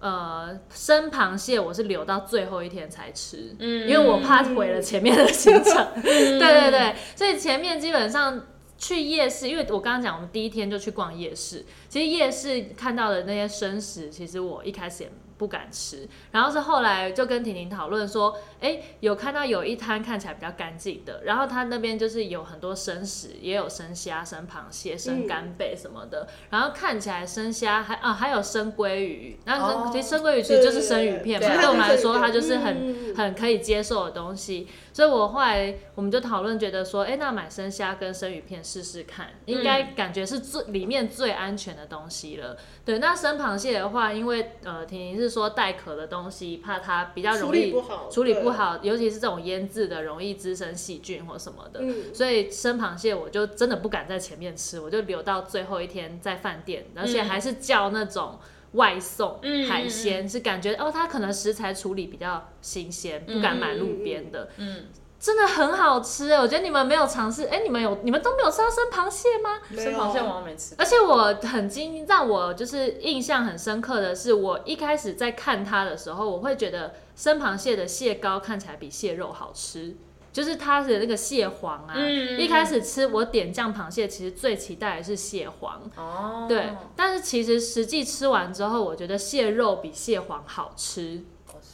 呃，生螃蟹我是留到最后一天才吃，
嗯
因为我怕毁了前面的行程。 对对对，所以前面基本上。去夜市，因为我刚刚讲，我们第一天就去逛夜市。其实夜市看到的那些生食，其实我一开始也不敢吃。然后是后来就跟婷婷讨论说，哎、有看到有一摊看起来比较干净的，然后它那边就是有很多生食，也有生虾、生螃蟹、
嗯
生干贝什么的。然后看起来生虾还啊还有生鲑鱼，然后生、
哦
其实生鲑鱼其实就是生鱼片嘛，
对嗯
对我们来说它就是很
很
很可以接受的东西，所以我后来我们就讨论，觉得说，哎、那买生虾跟生鱼片试试看，应该感觉是最里面最安全的东西了。对，那生螃蟹的话，因为呃，婷婷是说带壳的东西，怕它比较
处
容
理
易
不好，
处理不好，尤其是这种腌制的，容易滋生细菌或什么的。
对，嗯，
所以生螃蟹我就真的不敢在前面吃，我就留到最后一天在饭店，而且还是叫那种外送
嗯
海鲜，是感觉哦，它可能食材处理比较新鲜，不敢买路边的，
嗯，
真的很好吃。欸我觉得你们没有尝试，哎，你们有你们都没有吃到生螃蟹吗？
没
生
有
螃蟹我好像没吃，
而且我很惊，让我就是印象很深刻的是，我一开始在看它的时候，我会觉得生螃蟹的蟹膏看起来比蟹肉好吃，就是它的那个蟹黄啊。
嗯
一开始吃我点酱螃蟹，其实最期待的是蟹黄，
哦，
对。但是其实实际吃完之后，我觉得蟹肉比蟹黄好吃。
哦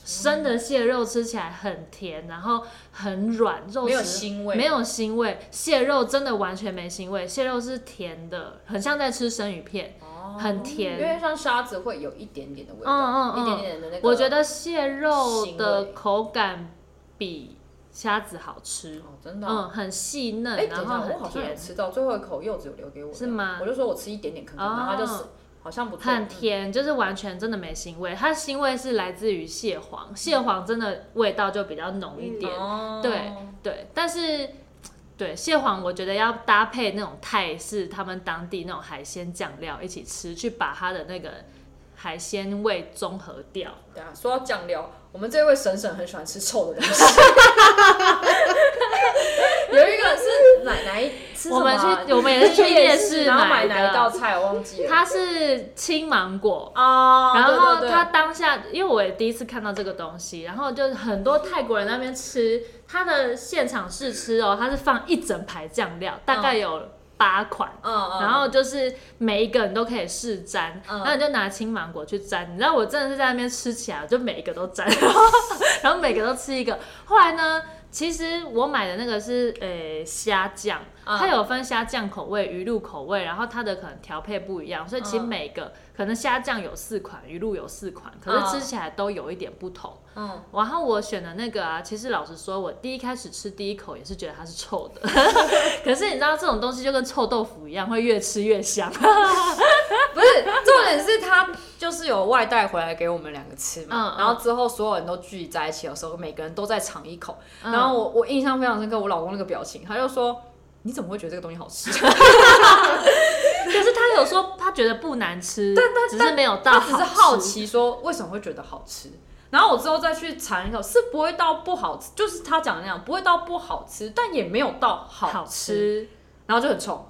生的蟹肉吃起来很甜，然后很软，肉
没有
质
腥味，
没有腥味，蟹肉真的完全没腥味，蟹肉是甜的，很像在吃生鱼片，
哦，
很
因
甜。
为像虾子会有一点点的味道，
嗯嗯嗯
一点点的那个，
我觉得蟹肉
腥
的
味
口感比虾子好吃，
哦，真的哦、
嗯，很细
哎、
嫩，
等
然
一下，
后
我
很
好像有
甜，
吃到最后一口柚子有留给我，
是吗
我就说我吃一点点看看，然后他就是
哦
好像不错，嗯
很甜，就是完全真的没腥味。它腥味是来自于蟹黄，蟹黄真的味道就比较浓一点。
哦
对对，但是对蟹黄，我觉得要搭配那种泰式他们当地那种海鲜酱料一起吃，去把它的那个海鲜味综合掉。
对啊，说到酱料，我们这位婶婶很喜 欢吃臭的东西。有一个是哪哪一吃什
我
么
们
啊？
去我们也是去夜市
然后买哪
的
一道菜我忘记了。
它是青芒果，
哦，
然后
对对对
他当下，因为我也第一次看到这个东西，然后就是很多泰国人那边吃，他的现场试吃哦，他是放一整排酱料，大概有八款。
嗯嗯，
然后就是每一个人都可以试沾，
嗯
然后你就拿青芒果去沾。你知道我真的是在那边吃起来，我就每一个都沾， 然后每个都吃一个。后来呢，其实我买的那个是呃虾酱，
嗯
它有分虾酱口味、鱼露口味，然后它的可能调配不一样，所以其实
嗯
每个、可能虾酱有四款，鱼露有四款，可是
嗯
吃起来都有一点不同。
嗯，
然后我选的那个啊，其实老实说，我第一开始吃第一口也是觉得它是臭的， 可是你知道这种东西就跟臭豆腐一样，会越吃越香。
不是，重点是他就是有外带回来给我们两个吃嘛，
嗯嗯
然后之后所有人都聚集在一起的时候，每个人都在尝一口，
嗯
然后我我印象非常深刻，我老公那个表情，他就说。你怎么会觉得这个东西好吃？
可是他有说他觉得不难吃，但但只是没 有到
他只是好
吃。
奇说为什么会觉得好吃，然后我之后再去尝一口，是不会到不好吃，就是他讲的那样，不会到不好吃，但也没有到好吃，
好吃
然后就很臭。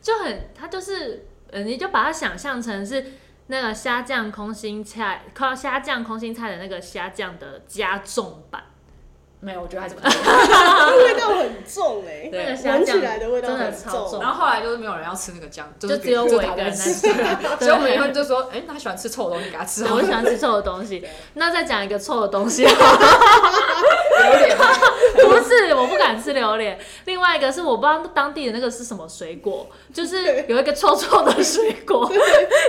就很，它就是，呃，你就把它想象成是那个虾酱空心菜，靠虾酱空心菜的那个虾酱的加重版，
没有，我觉得还是不 错。
那味道很重哎、
那个
对
虾酱
闻起来的味道
真的
很
超
重
重，
然后后来就是没有人要吃那个酱，就
就是只有我
给
一
就
个
打
人
给
在
他吃
吃，
所以我们以后就说，哎、他喜欢吃臭的东西，给他吃
对
好
我
了。
喜欢吃臭的东西。那再讲一个臭的东西，
有点
不是，我不敢吃榴莲。另外一个是我不知道当地的那个是什么水果，就是有一个臭臭的水果，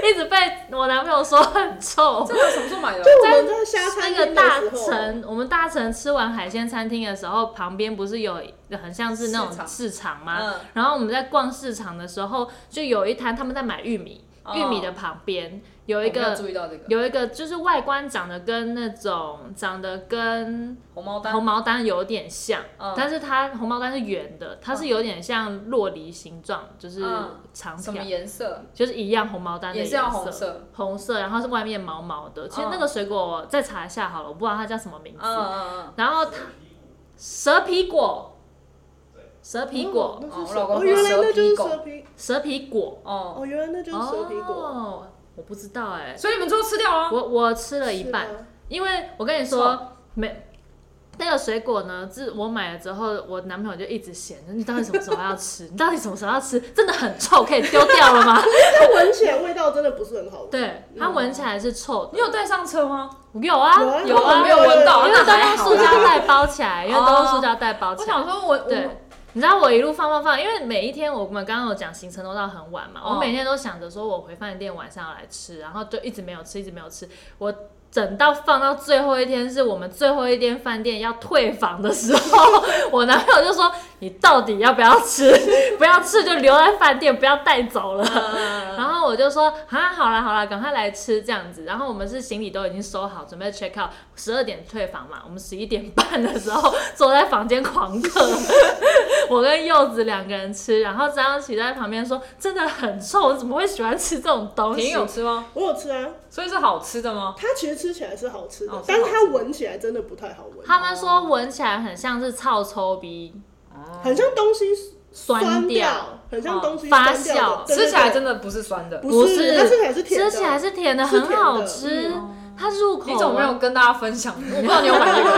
一直被我男朋友说很臭。
这个什么时
嗯
候买的？
就我们在虾餐
那个
厅
大
的时候，
城，我们大城吃完海鲜餐厅的时候，旁边不是有很像是那
市
种
场
市场吗？
嗯
然后我们在逛市场的时候，就有一摊他们在买玉米，
哦
玉米的旁边有一
我没
个
有注意到这个
有一个就是外观长得跟那种长得跟
红毛丹
红毛丹有点像，
嗯
但是它红毛丹是圆的，它是有点像洛梨形状，就是
嗯
长
什么
条，
颜色？
就是一样红毛丹的
也
颜
是要红色。
红色，然后是外面毛毛的。其实那个水果我再查一下好了，我不知道它叫什么名字。
嗯嗯
然后它蛇皮果，蛇皮果，
哦
哦那是
我
蛇
老公
哦，
说
原来那就是
蛇皮
蛇皮，
蛇皮果
嗯，哦，
哦，原来那就是蛇皮果，
哦，我不知道哎、
所以你们最后吃掉
啊
了吗？
我我吃了一
是
半，
吗
因为我跟你说没。那个水果呢？自我买了之后，我男朋友就一直嫌，你到底什么时候要 吃？你到底什么时候要吃？真的很臭，可以丢掉了吗？
但闻起来味道真的不是很好闻。
对，它闻起来是臭的。
你有带上车吗？
有啊，
有啊
有
我
啊，
没有闻到，
因
那
为都
还
用
好
塑。胶袋包起来，因为都用塑胶袋包
我
起来。
想说我，我
对，你知道我一路放放放，因为每一天我们刚刚有讲行程都到很晚嘛，
哦
我每天都想着说我回饭店晚上要来吃，然后就一直没有吃，一直没有吃，我。等到放到最后一天，是我们最后一天饭店要退房的时候， 我男朋友就说：“你到底要不要吃？不要吃就留在饭店，不要带走
嗯
了。” 然后我就说啊，好啦好啦，赶快来吃这样子。然后我们是行李都已经收好，准备 check out，十二点退房嘛。我们十一点半的时候坐在房间狂嗑， 我跟柚子两个人吃，然后张琪在旁边说，真的很臭，我怎么会喜欢吃这种东
婷
西？
有吃吗？
我有吃啊，
所以是好吃的吗？
它其实吃起来是好吃的，
哦是
但是
好
它闻起来真的不太好闻，
他们说闻起来很像是臭臭鼻，
很像东西
酸
酸
掉，
很像东西
哦发
酸掉的
酵
对对
吃起来
对
真的不是酸的。
不
是，
它吃起来是甜的，
吃起来是甜的，
是
很
甜的嗯
好吃。它入口
你怎么没
了
有跟大家分享？我不知道你有买这个，我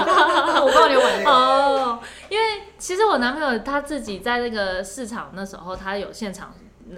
不知道你有买这个。
哦，因为其实我男朋友他自己在那个市场那时候，他有现场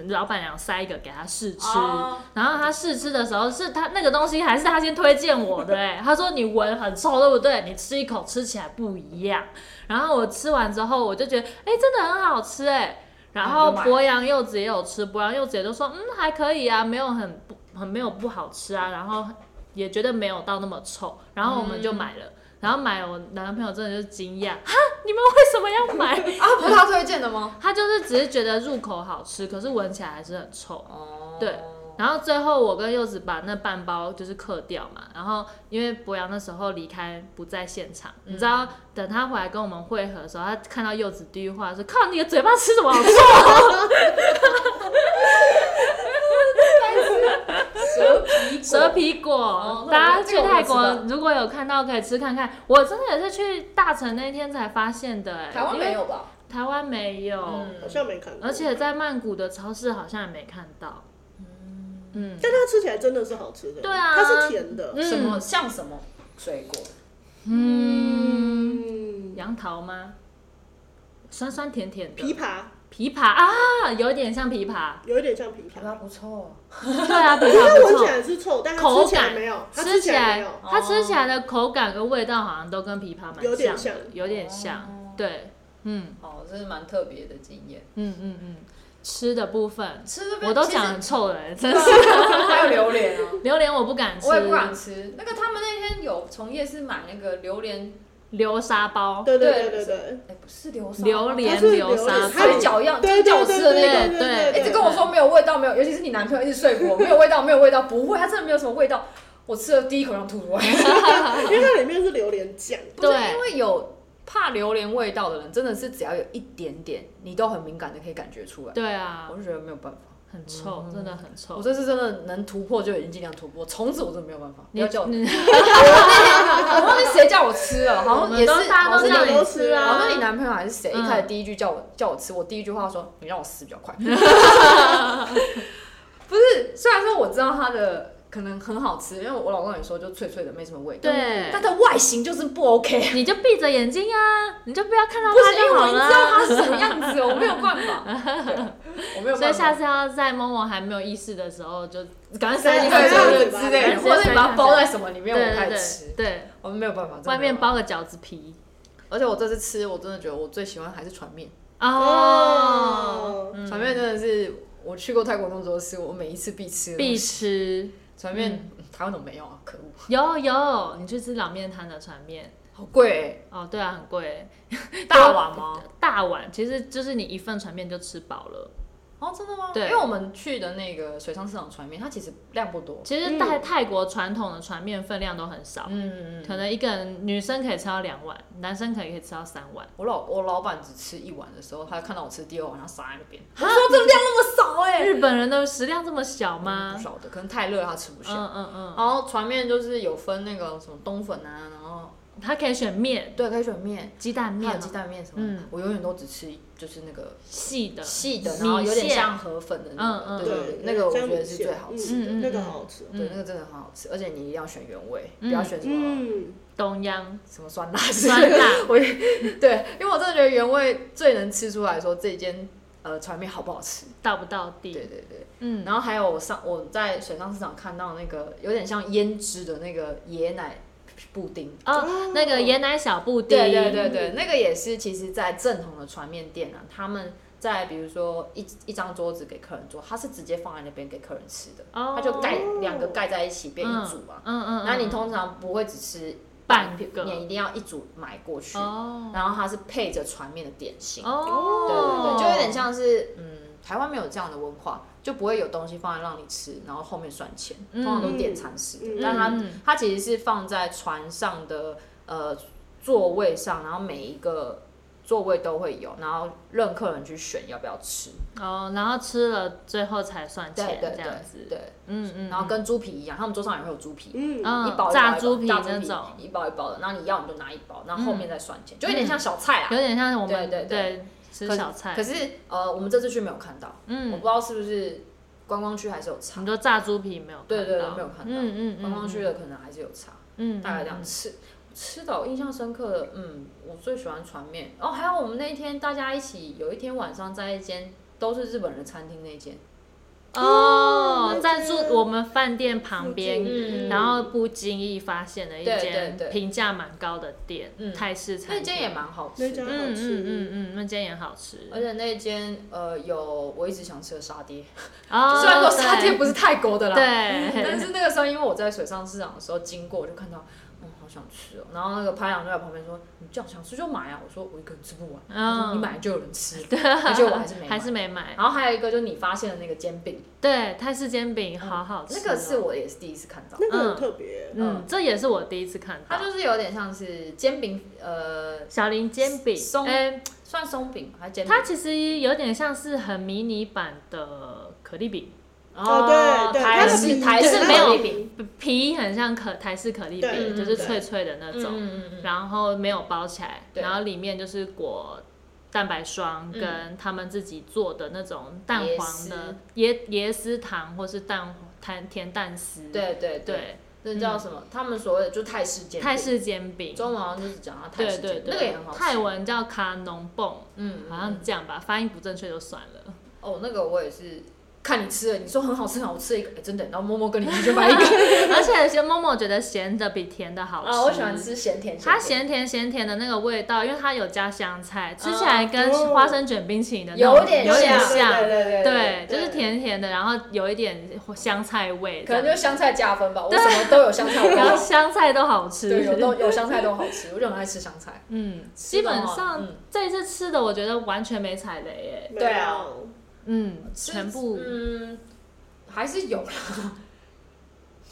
老板娘塞一个给他 试吃，
哦
然后他试吃的时候是他那个东西还是他先推荐我的哎、 他说你闻很臭对不对？你吃一口吃起来不一样。然后我吃完之后我就觉得哎、真的很好吃哎、然后
嗯就买
博洋柚子也有吃，博洋柚子也都说嗯还可以啊，没有很不很没有不好吃啊，然后也觉得没有到那么臭，然后我们就买了。
嗯
然后买，我男朋友真的就是惊讶，哈，你们为什么要买？
啊，不是他推荐的吗？
他就是只是觉得入口好吃，可是闻起来还是很臭。
哦
对，然后最后我跟柚子把那半包就是嗑掉嘛，然后因为博洋那时候离开不在现场，
嗯
你知道，等他回来跟我们会合的时候，他看到柚子第一句话说：“靠，你的嘴巴吃什 么好臭
蛇皮？”
蛇皮果，
哦
大家去
这个我
泰
不知道
国如果有看到可以吃看看。我真的也是去大城那天才发现的、欸，
台湾
因为
没有吧？
台湾没有，
嗯
好像没看过。
而，且在曼谷的超市好像也没看到。嗯，
但它吃起来真的是好吃的。
对啊
它是甜的。
什么像什么水果？
嗯，
嗯，
杨桃吗？酸酸甜甜的
枇杷
枇杷啊，有点像枇杷。
有一点像枇杷，
不错，
对啊，枇
它
杷不
闻起
错。
来是臭，但它
口
吃起来
感
没有，它
吃
起
起
来没
来
有，，
它吃起来的口感跟味道好像都跟枇杷蛮像的，
有点像
有点像。对，嗯
哦，这是蛮特别的经验。
嗯嗯嗯，吃的部分
吃这边
我都
其实
讲很臭了，真是。
还有榴莲哦，
榴莲我不敢吃，
我也不敢吃。那个他们那天有从夜市买那个榴莲，
流沙包，
对对对
对
对对，
哎，不是流沙，
榴
它
莲
是
流
莲
沙
跟
包
它有
水饺一样，就
对对
饺
对
子的
对
那
个
对对
对
一直跟我说没有味道，没有，尤其是你男朋友一直说服我没有味道，没有味道，不会，它真的没有什么味道。我吃了第一口想吐出来，
对因为它里面是榴莲酱，
不是
对
因为有怕榴莲味道的人，真的是只要有一点点，你都很敏感的可以感觉出来。
对啊
我，就觉得没有办法，
很臭，真的很
我
臭。
这次真的能突破就已经尽量突破，从此我真的没有办法。不
你
要叫我，
你
我忘记谁叫我吃了，好
我
像
们
也
都
是，
大家
好像
都
这
让
样
是
你
子
吃
好像
啊
是你，男朋友还是谁？
嗯
一开始第一句叫我叫我吃，我第一句话说你让我死比较快。 不是，虽然说我知道它的可能很好吃，因为我老公也说就脆脆的，没什么味道，
对
但它外形就是不 OK。
你就闭着眼睛啊，你就不要看到
不
它
是因
就
为我
好
已经知道
了。
它是什么样子，我没有办法，对 我没有办法。
所以下次要在某某还没有意识的时候，就赶快塞
塞
进
进
去
去
对
对之类的，或者你把它包在什么里面，我们开
对
始
对
吃。
对，
我们没有办法，真的
外
没有
面
办法。
包个饺子皮
而且我这次吃，我真的觉得我最喜欢还是船面，
哦，
哦，
船面真的是我去过泰国那么多次，我每一次必吃的东西。
必吃。
船面，台湾怎么没有啊？可恶，
有有，你去吃老面摊的船面
好贵
哦，对啊，很贵，
欸， 大碗吗？
大碗其实就是你一份船面就吃饱了。
哦，真的吗？
对
因为我们去的那个水上市场船面，它其实量不多。
其实
嗯
泰泰国传统的船面分量都很少，
嗯，
可能一个人女生可以吃到两碗，男生可以可以吃到三碗。
我老我老板只吃一碗的时候，他看到我吃第二碗，他傻在那边。我说这量那么少哎、
日本人的食量这么小
不
吗？
晓得，可能太热他吃不下。
嗯嗯
然后船面就是有分那个什么冬粉啊，然后
嗯，他可以选面，
对，可以选面，啊
鸡蛋
还有
面
鸡
哦，
蛋面什么的。
嗯
我永远都只吃就是那个
细的，
细的，
米
然后有点
线
像河粉的那
嗯嗯
个，对对
对
对，，那个我
这
觉
样
得
子
是最好吃。
嗯
的
那个好好吃，
嗯
对，那个真的很好吃，而且你一定要选原味，不
嗯
要选什么
嗯，
东央
什么酸辣之
酸
类的。
辣，
我 对，因为我真的觉得原味最能吃出来说这间呃船面好不好吃。
到不到
对
地？
对对，
嗯，
然后还有我上我在水上市场看到那个有点像胭脂的那个椰奶布丁。
哦，那个椰奶小布丁，
对对对对，那个也是，其实，在正统的船面店啊，他们在比如说一一张桌子给客人坐，他是直接放在那边给客人吃的，
哦，
他就盖两个盖在一起变一组嘛。
嗯嗯，
那、你
嗯
通常不会只吃
半
片
个
你一定要一组买过去，
哦
然后它是配着船面的点心。
哦，
对对对，就有点像是嗯，台湾没有这样的文化，就不会有东西放在让你吃，然后后面算钱，
嗯
通常都点餐式的。
嗯
但它
嗯
它其实是放在船上的呃座位上，然后每一个座位都会有，然后任客人去选要不要吃。
哦，然后吃了最后才算
对
钱
对
这
对
样子，
对，
嗯嗯，
然后跟猪皮一样，他们桌上也会有猪皮。
嗯
嗯
一包一包
炸
一包
猪皮
炸
那种嗯
一包一包的，然后你要你就拿一包，然后后面再算钱，就有点像小菜啦。
有点像我们
对对对
吃
可是
小菜
可，是呃，我们这次去没有看到，我
嗯
不，知道是不是观光区还是有差
你，说炸猪皮没有看
对
到？
对对没有看到
嗯嗯，
观光区
嗯，
的可能还是有差，
嗯，
大概这样吃。吃的我印象深刻的，嗯，我最喜欢船面。哦，还有我们那一天大家一起，有一天晚上在一间都是日本人餐厅那间，
嗯。哦
那，
在
间
住我们饭店旁
附
边，
近
嗯
然后不经意发现了一
对
间
对对
评价蛮高的店，
嗯
泰式餐
那
厅，
间也蛮好吃
那
的
家，
嗯
好
嗯
吃，
嗯嗯，那间也好吃。
而且那间呃有我一直想吃的沙爹，
哦，
虽然说沙
对
爹不是泰国的啦，
对，
但是那个时候，因为我在水上市场的时候经过，我就看到，嗯，好想吃哦。然后那个拍档就在旁边说：“你这样想吃就买啊！”我说：“我一个人吃不完。他说：“你买就有人 吃。”对，而且我还是没买。
嗯还是没买。
然后还有一个就是你发现的那个煎饼，
对，泰式煎饼好好
嗯
吃、哦
那个是，我也是第一次看到。
那个很特别，
嗯，这也是我第一次看
它
到。
就是有点像是煎饼，呃，
小林煎饼，
松
哎、
算松饼吗还是煎饼？
它其实有点像是很迷你版的可丽饼，
哦，对对，
台
它的
式
饼
台式
对
没有
它的饼
皮很像可台式可丽
对
饼，就是
对
脆脆的那
嗯
种，
嗯嗯嗯，
然后没有包起来，
对
然后里面就是裹蛋白霜
嗯
跟他们自己做的那种蛋
椰
黄
丝
的椰椰丝糖或是蛋甜甜蛋丝，
对对对，
嗯对，嗯
那叫什么？他们所谓的就泰式煎饼，
泰式煎饼，
中文好像就是讲到泰
对
式
对
煎饼，
对，
那个也很好吃。
泰文叫卡农蹦，
嗯，嗯
好像这样吧，发音不正确就算了。
哦，那个我也是看你吃了，你说很好吃，很好吃一个，哎真的，然后默默跟你去就买一 个。
而且其实默默觉得咸的比甜的好
嗯
吃，
啊，我喜欢。吃咸甜，
它咸甜咸甜的那个味道，因为它有加香菜，吃起来跟
哦
花生卷冰淇淋的那
有
种
点
有点
像
像，
对对
对，就是甜甜的，然后有一点香菜味这
可
样，
能就香菜加分吧。我什么都有香菜，我
然后
都
香菜都好
对有
吃。
都有香菜都好吃，我就很爱吃香菜。
嗯，基本
吃的话
上
嗯
这一次吃的，我觉得完全没踩雷耶。
没
对啊
有
嗯，全部
嗯还是有啦，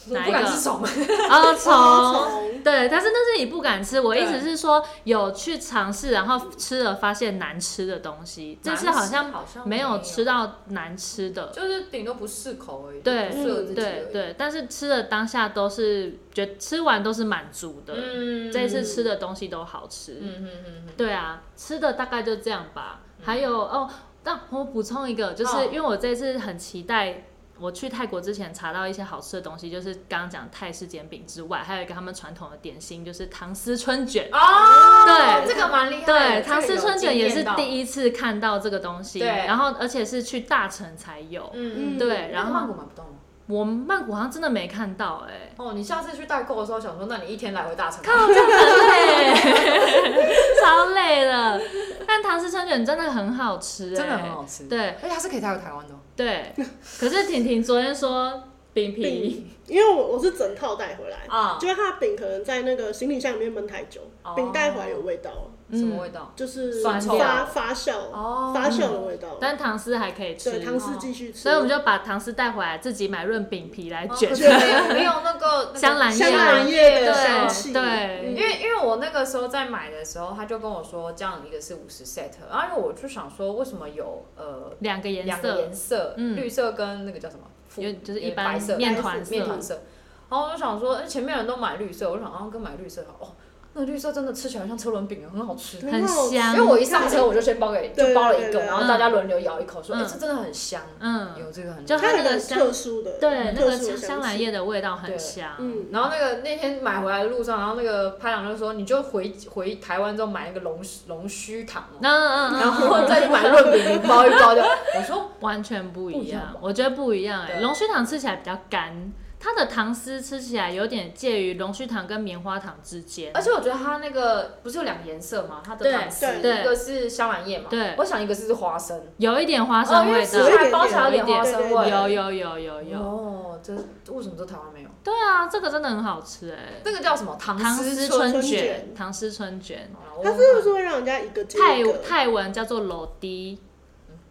我
哪一
不敢
个
吃虫，
啊
花
从
丛
对，但是那是你不敢吃。我
哦对
意思是说，有去尝试，然后吃了发现难吃的东西，这次好像
好像
没有吃，到难吃的。
就是顶多不适口而已，
对
不适合自己而
对
已。
对，但是吃的当下都是觉吃完都是满足的，
嗯
这一次吃的东西都好吃。
嗯嗯嗯
对啊，吃的大概就这样吧。还有哦，但我补充一个，就是
哦
因为我这次很期待。我去泰国之前查到一些好吃的东西，就是刚刚讲泰式煎饼之外，还有一个他们传统的点心，就是糖丝春卷
嗯。。哦，
对
这个蛮厉害的。
对，唐
这个
氏
有
春卷也是
惊艳
第一次看到这个东西，
对
然后而且是去大城才有
到，。嗯嗯，
对，
然
然
后曼
后
谷买不到吗？
我曼谷好像真的没看到、哎，
哦，你下次去代购的时候想说，那你一天来回大城，
靠，真的很累， 超累了。但唐氏春卷真的很好吃、哎，
真的很好吃。，
对
而且它是可以带回台湾的哦。
对，可是婷婷昨天说饼皮，
饼，因为我我是整套带回来，
啊，
就是它的饼可能在那个行李箱里面闷太久
哦，
饼带回来有味道，
嗯
什么味道？
就是
酸臭
发发酵
哦
发酵的味道。
但唐诗还可以吃
对，，汤丝继续吃，
所以我们就把唐诗带回来，自己买润饼皮来卷
哦可是没有没有那 个
香兰
香兰
哦叶
叶
的
的
香
香
气
气，
对
因为因为我那个时候在买的时候，他就跟我说这样一个是五十 set，然后因为我就想说为什么有呃
两个颜
两个
色，
颜色，
嗯
绿色跟那个叫什么，
有就是一
白
般
色
面
白
团
色
面
色
团色，然后我就想说哎前面人都买绿色，我就想啊跟买绿色好哦，那个绿色真的吃起来像车轮饼啊，很好吃。
嗯
很香，
因为我一上车我就先包给就
对
包了
对
一个，
对
然后大家轮流咬一口，说哎
嗯
这真的很香，
嗯，
有这个很
就
它
它
有
那个
点
香
特殊的，
对，那个
特殊的
香兰
气
叶的味道很香，
嗯，
然后那个那天买回来的路上，然后那个拍长就说，你就回回台湾之后买那个龙龙须糖、
嗯
哦，
嗯嗯，
然 后再去买润饼饼包一包就。我说
完全不
不
一
一样
样
吧，
我觉得不一样哎，
对
龙须糖吃起来比较干，它的糖丝吃起来有点介于龙须糖跟棉花糖之间
而，且我觉得它那个不是有两个颜色吗？它的
对
糖丝
对
一个是香兰叶嘛，
对
我想一个是花生，
有一点花生
哦因为
味
吃起
道，
来包起来有点花生味。
有有有有有，
哦，这为什么这台湾没有？
对啊，这个真的很好吃哎，
那个叫什么糖
唐
丝
丝
春？
春
春
卷，
卷
唐丝春卷，
好啦我
它真的是会让人家一个接
泰
一个，
泰文叫做楼迪，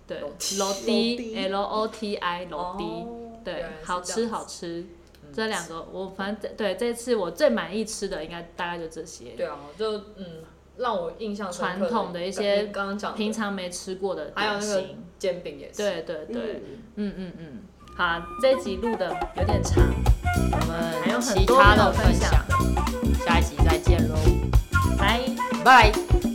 对，
楼梯
楼迪
楼梯
L O T I 楼迪。
哦原
对
来是，这
好吃
样子
好吃，
嗯
这两个我反正对这次我最满意吃的应该大概就这些，
对啊，就嗯，让我印象深刻
传统的一些
你刚刚讲的
平常没吃过的
还有
点
那个
心。
煎饼也是。
对对对，
嗯，
嗯嗯嗯，好，这一集录的有点长，
我们
还有很
其
多
他
没
的
有
分
分
享
享，
下一集再见喽，
拜。
拜。